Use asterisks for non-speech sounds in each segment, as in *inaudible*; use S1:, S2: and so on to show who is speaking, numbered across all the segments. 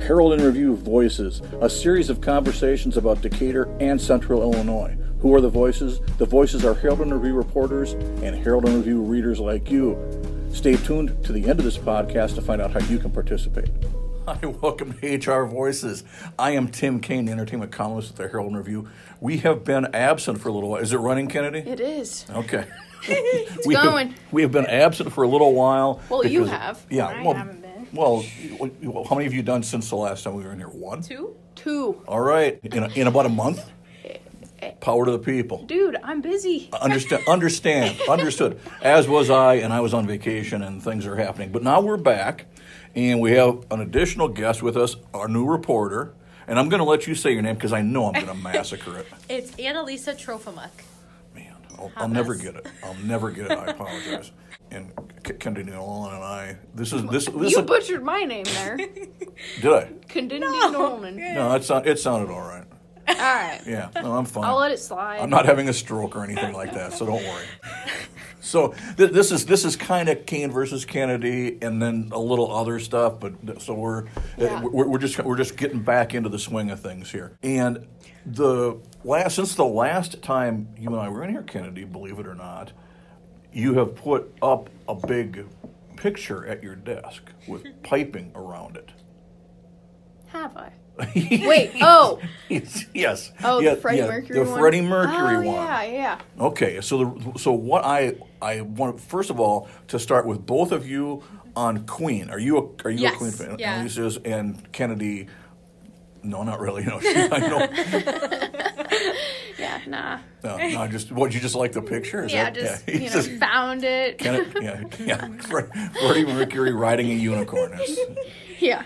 S1: Herald and Review Voices, a series of conversations about Decatur and Central Illinois. Who are the voices? The voices are Herald and Review reporters and Herald and Review readers like you. Stay tuned to the end of this podcast to find out how you can participate. Hi, welcome to HR Voices. I am Tim Kane, the entertainment columnist at the Herald and Review. We have been absent for a little while. Is it running, Kennedy?
S2: It is.
S1: Okay.
S2: *laughs* It's
S1: we
S2: going.
S1: Have, we have been absent for a little while.
S2: Well, you
S1: because-
S2: have.
S1: Yeah.
S3: I
S1: well,
S3: haven't been.
S1: Well, you- well, how many have you done since the last time we were in here? One.
S3: Two?
S2: Two.
S1: All right. In, a, in about a month.
S2: *laughs*
S1: Power to the people.
S2: Dude, I'm busy.
S1: Understand, understand, understood. As was I, and I was on vacation, and things are happening. But now we're back, and we have an additional guest with us, our new reporter. And I'm going to let you say your name because I know I'm going
S2: *laughs*
S1: to massacre it.
S3: It's Annalisa Trofimuk.
S1: Man, I'll, I'll
S3: Hummus.
S1: never get it. I'll never get it. I apologize. *laughs* And K- Kennedy Nolan and I. This is this. this
S2: You butchered my name
S3: *laughs*
S2: there.
S1: did I?
S2: Condemned Nolan.
S1: No, it, sound, it sounded all right.
S2: All right.
S1: Yeah, no, I'm fine.
S2: I'll let it slide.
S1: I'm not having a stroke or anything like that, so don't worry. So th- this is this is kind of Kane versus Kennedy, and then a little other stuff. But th- so we're uh,
S2: Yeah.
S1: we're, we're just we're just getting back into the swing of things here. And the last since the last time you and I were in here, Kennedy, believe it or not, you have put up a big picture at your desk with piping around it. *laughs*
S2: Have I? Wait, oh.
S1: yes, yes.
S2: Oh, the
S1: Yeah,
S2: Freddie
S1: yeah,
S2: Mercury
S1: The
S2: one?
S1: Freddie Mercury
S2: oh,
S1: one.
S2: Yeah, yeah.
S1: Okay, so the so what I I want first of all to start with both of you on Queen. Are you a, are you a
S3: Yes,
S1: Queen fan?
S3: yeah.
S1: Annalise is and Kennedy. No, not really. *laughs* No, she, I know.
S2: Yeah, nah.
S1: No, no, I just what you just like the picture? Is
S2: Yeah,
S1: that- *laughs*
S2: just,
S1: he's
S2: you know,
S1: just-
S2: found it.
S1: Kennedy, yeah, yeah. *laughs* Fre- Freddie Mercury riding a unicorn. It's-
S2: *laughs* yeah.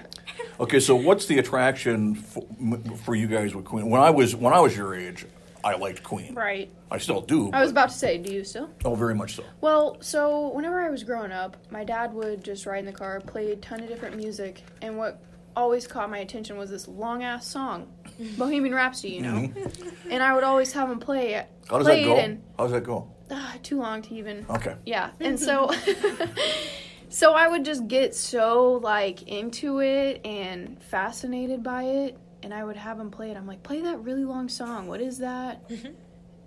S1: Okay, so what's the attraction for, m- for you guys with Queen? When I was when I was your age, I liked Queen.
S2: Right. Oh.
S1: I still do.
S2: I was
S1: but-
S2: about to say, do you still?
S1: oh, very much so.
S2: Well, so whenever I was growing up, my dad would just ride in the car, play a ton of different music, and what always caught my attention was this long ass
S3: *laughs*
S2: song, Bohemian Rhapsody, you know. And I would always have him play it.
S1: Mm-hmm. How does
S2: play
S1: that
S2: it
S1: go?
S2: and
S1: How does that go?
S2: ah, too long to even.
S1: Okay.
S2: Yeah, and so, *laughs* so I would just get so like into it and fascinated by it, and I would have him play it. I'm like, play that really long song. What is that?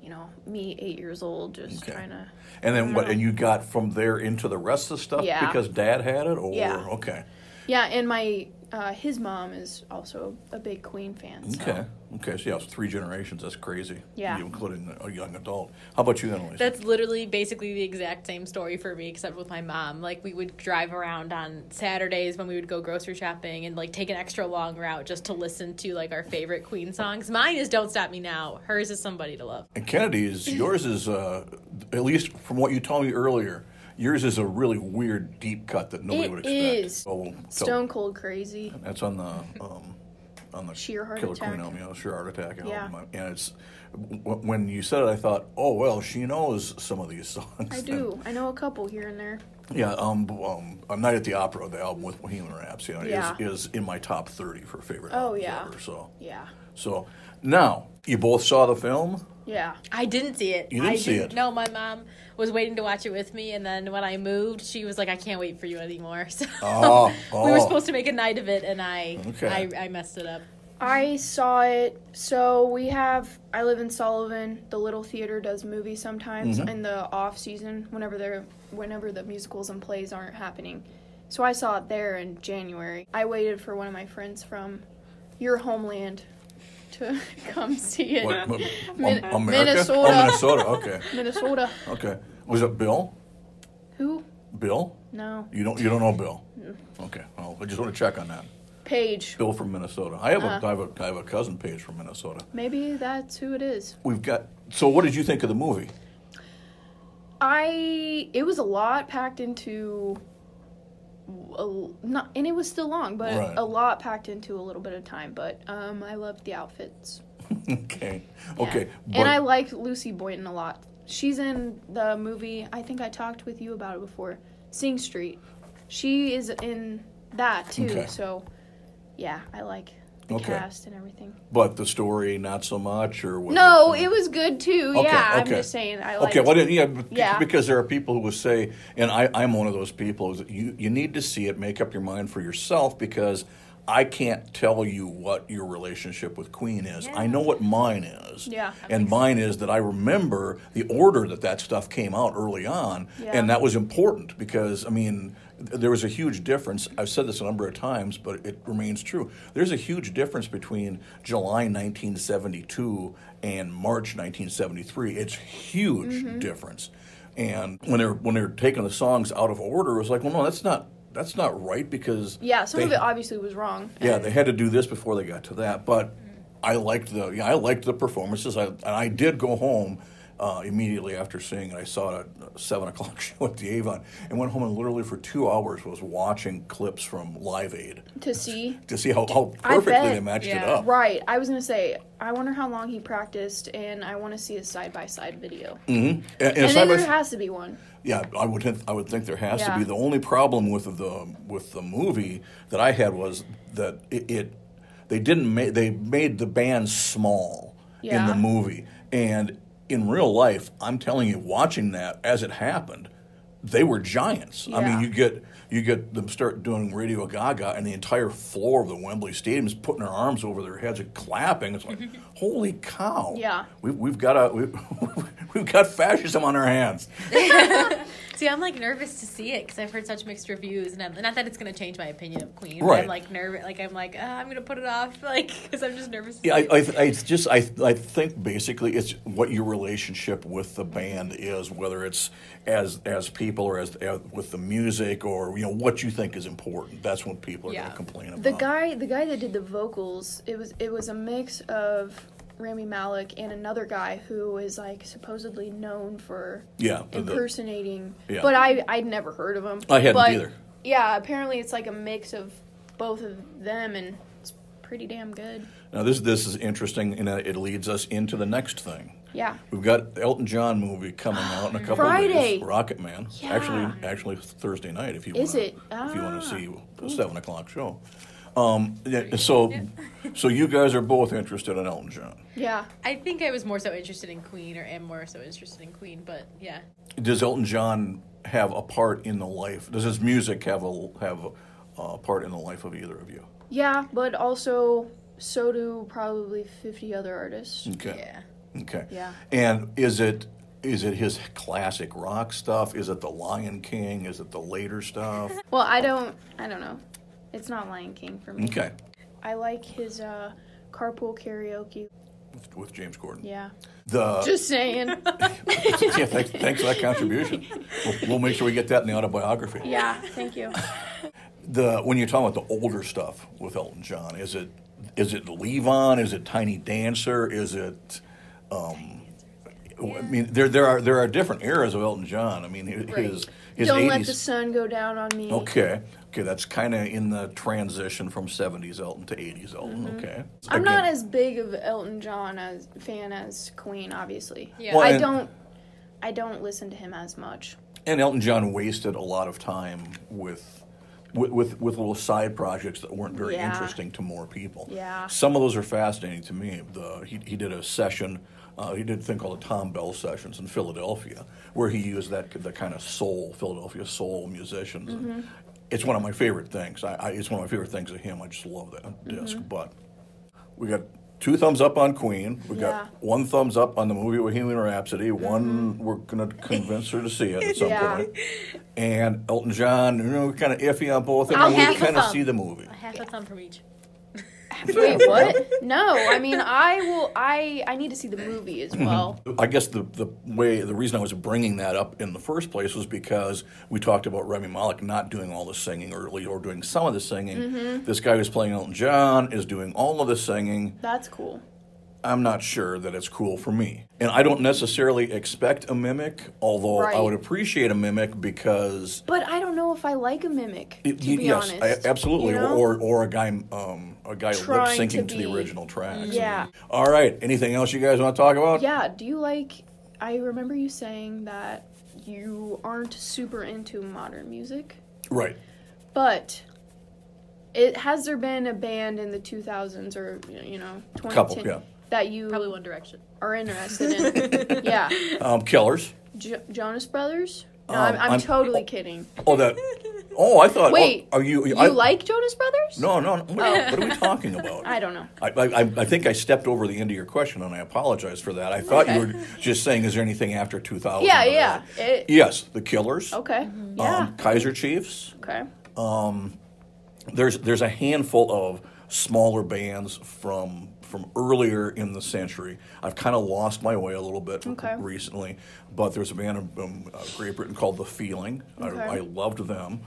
S2: you know, me eight years old, just
S1: Okay.
S2: trying to.
S1: And then what? And you got from there into the rest of the stuff
S2: Yeah.
S1: because Dad had it, or
S2: Yeah.
S1: okay,
S2: Yeah, and my uh, his mom is also a big Queen fan. So.
S1: okay, okay. So yeah, it's three generations. That's crazy.
S2: Yeah.
S1: You including a young adult. How about you, Annalise?
S3: That's literally basically the exact same story for me, except with my mom. Like, we would drive around on Saturdays when we would go grocery shopping and, like, take an extra long route just to listen to, like, our favorite Queen songs. Mine is Don't Stop Me Now. Hers is Somebody to Love.
S1: and Kennedy's. Yours is uh, at least from what you told me earlier. Yours is a really weird deep cut that nobody
S2: It
S1: would expect.
S2: is.
S1: Oh, well, so
S2: Stone Cold Crazy.
S1: That's on the um, on the
S2: Sheer heart
S1: Killer
S2: attack.
S1: Queen album, you know, sheer heart attack album.
S2: Yeah.
S1: And it's w- when you said it, I thought, oh well, she knows some of these *laughs* songs.
S2: I do. I know a couple here and there.
S1: Yeah, um, b- um, A Night at the Opera, the album with Bohemian Rhapsody, you know,
S2: Yeah.
S1: is, is in my top 30 for favorite
S2: Oh,
S1: albums
S2: yeah.
S1: ever. So,
S2: Yeah.
S1: so now, you both saw the film?
S2: Yeah.
S3: I didn't see it.
S1: You didn't
S3: I
S1: see it?
S3: No, my mom was waiting to watch it with me, and then when I moved, she was like, "I can't wait for you anymore." *laughs* So
S1: Oh,
S3: we
S1: oh.
S3: were supposed to make a night of it, and I,
S1: Okay.
S3: I, I messed it up.
S2: I saw it. So we have. I live in Sullivan. The little theater does movies sometimes
S1: Mm-hmm.
S2: in the off season, whenever they're whenever the musicals and plays aren't happening. So I saw it there in January. I waited for one of my friends from your homeland to *laughs* come see it. *laughs*
S1: What, m-
S2: Min-
S1: um, America?
S2: Minnesota.
S1: Oh, Minnesota, okay.
S2: Minnesota.
S1: Okay. Was it Bill?
S2: Who?
S1: Bill?
S2: No.
S1: You don't, you don't know Bill?
S2: Mm.
S1: Okay, well, I just want to check on that.
S2: Paige.
S1: Bill from Minnesota. I have,
S2: Uh-huh.
S1: a, I have, a, I have a cousin, Paige, from Minnesota.
S2: Maybe that's who it is.
S1: We've got, so what did you think of the movie? *laughs*
S2: I it was a lot packed into a, not and it was still long, but
S1: Right.
S2: a lot packed into a little bit of time. But um, I loved the outfits.
S1: Okay, okay.
S2: Yeah. and I liked Lucy Boynton a lot. She's in the movie. I think I talked with you about it before. Sing Street. She is in that too.
S1: Okay.
S2: So yeah, I like the
S1: Okay.
S2: cast and everything.
S1: But the story, not so much, or was
S2: No,
S1: it-
S2: it was good too.
S1: Okay,
S2: yeah, I'm
S1: okay.
S2: just saying I liked
S1: Okay, well, yeah, b-
S2: Yeah.
S1: because there are people who will say, and I, I'm one of those people, is that you, you need to see it, make up your mind for yourself, because I can't tell you what your relationship with Queen is. I
S3: Yeah.
S1: know what mine is.
S2: Yeah. That
S1: And mine is that I remember the order that that stuff came out early on,
S2: Yeah.
S1: and that was important because I mean th- there was a huge difference. I've said this a number of times, but it remains true. There's a huge difference between July 1972 and March 1973. It's huge difference. And when they're when they're taking the songs out of order, it was like, well, no, that's not that's not right because
S2: Yeah, some
S1: they-
S2: of it obviously was wrong.
S1: yeah,
S2: and-
S1: they had to do this before they got to that. But I liked the yeah, I liked the performances. I and I did go home uh, immediately after seeing it. I saw it at a seven *laughs* o'clock show at the Avon and went home and literally for two hours was watching clips from Live Aid
S2: to see.
S1: to see how, how
S2: I
S1: perfectly
S2: bet.
S1: they matched it
S3: Yeah.
S1: up.
S2: Right. I was gonna say, I wonder how long he practiced, and I want to see a side by side video.
S1: Mm, And, and
S2: And
S1: side
S2: then
S1: by
S2: there
S1: s-
S2: has to be one.
S1: Yeah, I would th- I would think there has to
S2: Yeah.
S1: be. The only problem with the with the movie that I had was that it, it they didn't ma- they made the band small in the
S2: Yeah.
S1: movie, and in real life, I'm telling you, watching that as it happened, they were giants. I mean,
S2: Yeah.
S1: you get you get them start doing Radio Gaga, and the entire floor of the Wembley Stadium is putting their arms over their heads and clapping.
S2: *laughs*
S1: It's like, holy cow!
S2: Yeah.
S1: we, we've got a *laughs* we, we've got fascism on our hands.
S3: See, I'm like nervous to see it because I've heard such mixed reviews, and I'm not that it's gonna change my opinion of Queen. but
S1: Right.
S3: I'm like nervous, like I'm like uh, I'm gonna put it off, *laughs* like because I'm just nervous. to
S1: Yeah,
S3: see
S1: I,
S3: it.
S1: I, I it's just I, I think basically it's what your relationship with the band is, whether it's as as people or as, as with the music or you know what you think is important. That's what people are going
S3: Yeah.
S1: to complain about.
S2: The guy, the guy that did the vocals, it was it was a mix of Rami Malik and another guy who is like supposedly known for
S1: yeah, the- the-
S2: impersonating.
S1: Yeah.
S2: But I I'd never heard of him.
S1: I hadn't
S2: But,
S1: either.
S2: Yeah, apparently it's like a mix of both of them, and it's pretty damn good.
S1: now this this is interesting, and it leads us into the next thing.
S2: Yeah.
S1: We've got Elton John movie coming out
S2: *gasps*
S1: in a couple
S2: Friday.
S1: days. Rocket Man.
S2: Yeah.
S1: Actually, actually Thursday night if you
S2: Is
S1: wanna,
S2: it?
S1: if you want to
S2: Ah.
S1: see the seven o'clock show. Um, yeah, so,
S2: *laughs*
S1: so you guys are both interested in Elton John.
S2: Yeah.
S3: I think I was more so interested in Queen, or am more so interested in Queen, but yeah.
S1: Does Elton John have a part in the life? Does his music have a have a, uh, part in the life of either of you?
S2: Yeah, but also so do probably 50 other artists.
S1: Okay.
S3: Yeah.
S1: Okay.
S2: Yeah.
S1: And is it is it his classic rock stuff? Is it the Lion King? Is it the later
S2: *laughs*
S1: stuff?
S2: Well, I don't I don't know. It's not Lion King for me.
S1: Okay.
S2: I like his uh carpool karaoke.
S1: With, with James Corden.
S2: Yeah.
S1: The
S2: *laughs* Just saying.
S1: yeah, thanks, thanks for that contribution. We'll, we'll make sure we get that in the autobiography.
S2: yeah, thank you.
S1: The when you're talking about the older stuff with Elton John, is it is it Levon? Is it Tiny Dancer? Is it um, I mean, there there are there are different eras of Elton John. I mean, his his, his
S2: don't
S1: 80s.
S2: let the sun go down on
S1: *laughs*
S2: me.
S1: okay, okay, that's kind of in the transition from '70s Elton to '80s Elton. Okay,
S2: Mm-hmm. I'm not
S1: Again,
S2: as big of Elton John as fan as Queen, obviously.
S3: Yeah. Well,
S2: I
S1: and-
S2: don't I don't listen to him as much.
S1: and Elton John wasted a lot of time with. With, with, with little side projects that weren't very
S2: Yeah.
S1: interesting to more people.
S2: Yeah.
S1: Some of those are fascinating to me. The, he, he did a session, uh, he did a thing called the Tom Bell Sessions in Philadelphia, where he used that the kind of soul, Philadelphia soul musicians.
S2: Mm-hmm.
S1: It's one of my favorite things. I, I, it's one of my favorite things of him. I just love that
S2: Mm-hmm.
S1: disc. But we got two thumbs up on Queen. We
S2: Yeah. Mm-hmm.
S1: got one thumbs up on the movie Bohemian Rhapsody. One, we're going to convince her to see
S2: *laughs*
S1: it at some
S2: Yeah.
S1: point. And Elton John, you know, kind of iffy on both of
S3: I'll
S1: them. and
S3: have
S1: We
S3: a
S1: kind of
S3: thumb.
S1: see the movie.
S3: Half a thumb from each.
S2: Wait, what? No, I mean I will I I need to see the movie
S1: Mm-hmm.
S2: as well.
S1: I guess the, the way the reason I was bringing that up in the first place was because we talked about Remy Malik not doing all the singing early or doing some of the singing.
S2: Mm-hmm.
S1: This guy who's playing Elton John is doing all of the singing.
S2: That's cool.
S1: I'm not sure that it's cool for me, and I don't necessarily expect a mimic. Although I
S2: Right.
S1: would appreciate a mimic because
S2: But I don't know if I like a mimic.
S1: it-
S2: to
S1: y-
S2: be
S1: yes,
S2: honest,
S1: I- absolutely,
S2: you know?
S1: or or a guy um, a guy lip
S2: Trying to
S1: syncing to, the
S2: be-
S1: original tracks.
S2: Yeah.
S1: All right. Anything else you guys want to talk about?
S2: yeah. Do you like? I remember you saying that you aren't super into modern music,
S1: Right.
S2: but it has there been a band in the 2000s or you know 2010
S1: Couple, yeah.
S2: that you
S3: Probably One Direction.
S2: are
S1: *laughs*
S2: interested in? yeah,
S1: Um, killers.
S2: jo- Jonas Brothers. No,
S1: Um,
S2: I'm, I'm,
S1: I'm-
S2: totally kidding.
S1: Oh, that Oh, I thought. oh,
S2: Wait,
S1: are you?
S2: You
S1: I,
S2: like Jonas Brothers?
S1: No, no. no what, what are we talking about?
S2: *laughs* I don't know.
S1: I, I, I- I think I stepped over the end of your question, and I apologize for that. I thought you
S2: Okay.
S1: were just saying, "Is there anything after 2000?"
S2: Yeah, yeah. It,
S1: Yes, the Killers.
S2: Okay. Yeah.
S1: Um, Kaiser Chiefs.
S2: okay.
S1: There's there's a handful of smaller bands from from earlier in the century. I've kind of lost my way a little bit
S2: Okay.
S1: recently, but there's a band in um, uh, Great Britain called The Feeling.
S2: Okay.
S1: I, I loved them.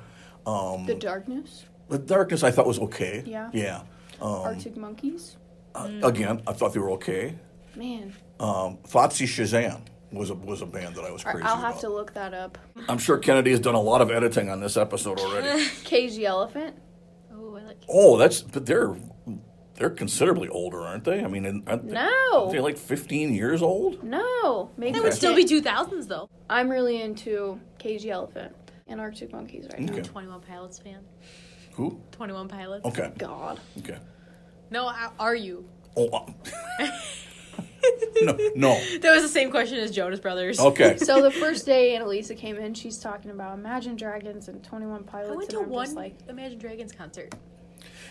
S1: um,
S2: the Darkness,
S1: The Darkness I thought was okay.
S2: Yeah. Mm.
S1: Yeah. Uh,
S2: Arctic Monkeys.
S1: Again, I thought they were okay.
S2: Man,
S1: Um, Fotsy Shazam was a was a band that I was
S2: I-
S1: crazy
S2: I'll have
S1: about.
S2: to look that up.
S1: I'm sure Kennedy has done a lot of editing on this episode
S2: *laughs*
S1: already.
S2: Cage the Elephant.
S3: *laughs* Oh, I like.
S1: oh, that's but they're they're considerably older, aren't they? I mean, and- aren't they,
S2: No.
S1: aren't they like 15 years old?
S2: No, maybe
S3: That would
S1: Okay.
S3: still be 2000s though.
S2: I'm really into Cage the Elephant and Arctic Monkeys right now.
S1: Okay.
S3: 21 Pilots fan.
S1: Who?
S3: 21 Pilots.
S1: Okay.
S2: God.
S1: Okay.
S3: No, I- are *laughs* you?
S1: Oh. uh, *laughs* no. No.
S3: That was the same question as Jonas Brothers.
S1: Okay.
S2: *laughs* So the first day Annalisa came in, she's talking about Imagine Dragons and Twenty One Pilots.
S3: I went to
S2: and I'm
S3: one
S2: Just like,
S3: Imagine Dragons concert.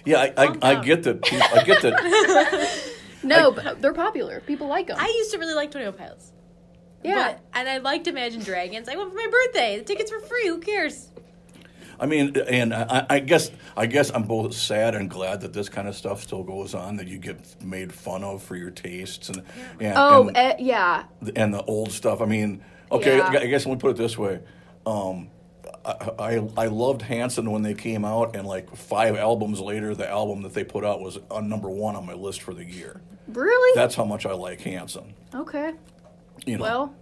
S1: Yeah, I, I,
S3: Calm
S1: I
S3: down.
S1: get that. peop- I get
S2: *laughs*
S1: that.
S2: no, but they're popular. People like them.
S3: I used to really like 21 Pilots.
S2: yeah.
S3: But- and I liked Imagine Dragons. I went for my birthday. The tickets were free. Who cares?
S1: I mean, and I, I guess I guess I'm both sad and glad that this kind of stuff still goes on. That you get made fun of for your tastes and and,
S2: oh,
S3: Um,
S1: and,
S2: eh, yeah.
S1: and the old stuff. I mean, okay,
S2: Yeah.
S1: I guess let me put it this way. Um, I, I I loved Hanson when they came out, and like five albums later, the album that they put out was on number one on my list for the year.
S2: Really?
S1: That's how much I like Hanson.
S2: okay.
S1: You know,
S2: Well.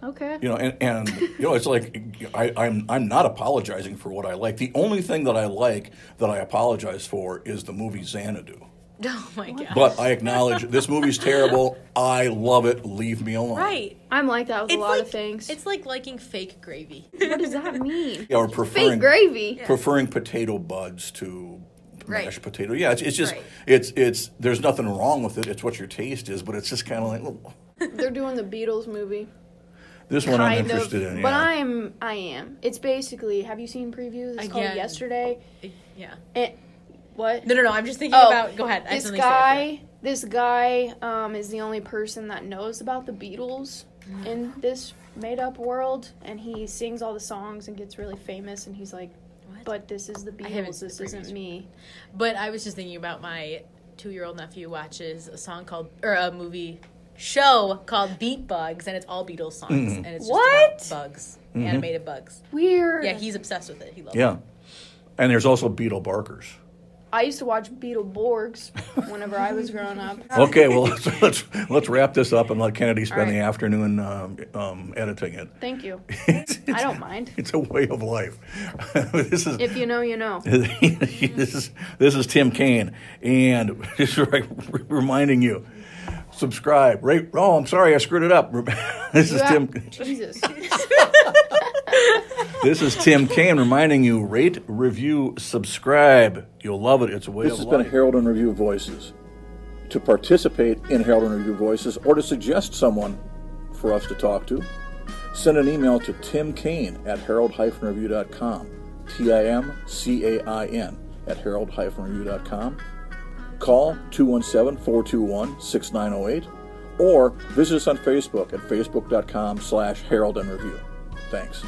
S2: Okay.
S1: you know, and, and you know, it's like I, I'm I'm not apologizing for what I like. The only thing that I like that I apologize for is the movie Xanadu.
S3: *laughs* Oh my god.
S1: But I acknowledge this movie's terrible. I love it. Leave me alone.
S3: Right.
S2: I'm like that with
S3: It's
S2: a lot
S3: like,
S2: of things.
S3: It's like liking fake *laughs* gravy.
S2: what does that mean?
S1: Yeah, or
S2: Fake
S1: preferring
S2: gravy.
S1: preferring potato buds to
S3: Right.
S1: mashed potato. Yeah, it's, it's just
S3: Right.
S1: it's it's there's nothing wrong with it. It's what your taste is, but it's just kind of like well,
S2: They're doing the Beatles movie.
S1: this one I'm
S2: Kind of.
S1: interested in.
S2: But
S1: yeah.
S2: I'm I am. It's basically have you seen previews? It's called
S3: Again.
S2: yesterday.
S3: yeah.
S2: It, what?
S3: No, no, no. I'm just thinking
S2: Oh,
S3: about. Go ahead. I have
S2: this
S3: something to say after
S2: guy this guy um, is the only person that knows about the beatles
S3: Mm.
S2: in this made-up world and he sings all the songs and gets really famous and he's like
S3: What?
S2: but this is the
S3: haven't
S2: beatles
S3: seen
S2: this
S3: the
S2: isn't
S3: previews.
S2: me
S3: But I was just thinking about my two-year-old nephew watches a song called or a movie show called Beat Bugs, and it's all Beatles songs, and it's just
S2: What?
S3: about bugs, animated bugs.
S2: weird
S3: Yeah, he's obsessed with it. He loves it.
S1: yeah, and there's also Beetle Barkers.
S2: i used to watch beetleborgs whenever i was growing up
S1: Okay, *laughs*
S2: *laughs*
S1: well let's, let's let's wrap this up and let Kennedy spend
S2: right.
S1: the afternoon um, um, editing it.
S2: thank
S1: *laughs*
S2: you
S1: It's-
S2: *laughs* i
S1: it's-
S2: don't mind
S1: *laughs* It's a way of life. *laughs* this is
S2: if you know you know
S1: *laughs* this is this is Tim Kaine, and *laughs* just re- reminding you, subscribe, rate. Oh, I'm sorry, I screwed it up. *laughs* this is
S2: Yeah.
S1: Tim.
S2: jesus
S1: *laughs* This is Tim Kaine reminding you: rate, review, subscribe. You'll love it. It's a way
S4: This
S1: of
S4: has
S1: life.
S4: been Herald and Review Voices. To participate in Herald and Review Voices or to suggest someone for us to talk to, send an email to Tim Kane at herald-review.com. T I M C A I N at herald-review.com. Call 217 421 6908 or visit us on Facebook at facebook.com slash herald and review. Thanks.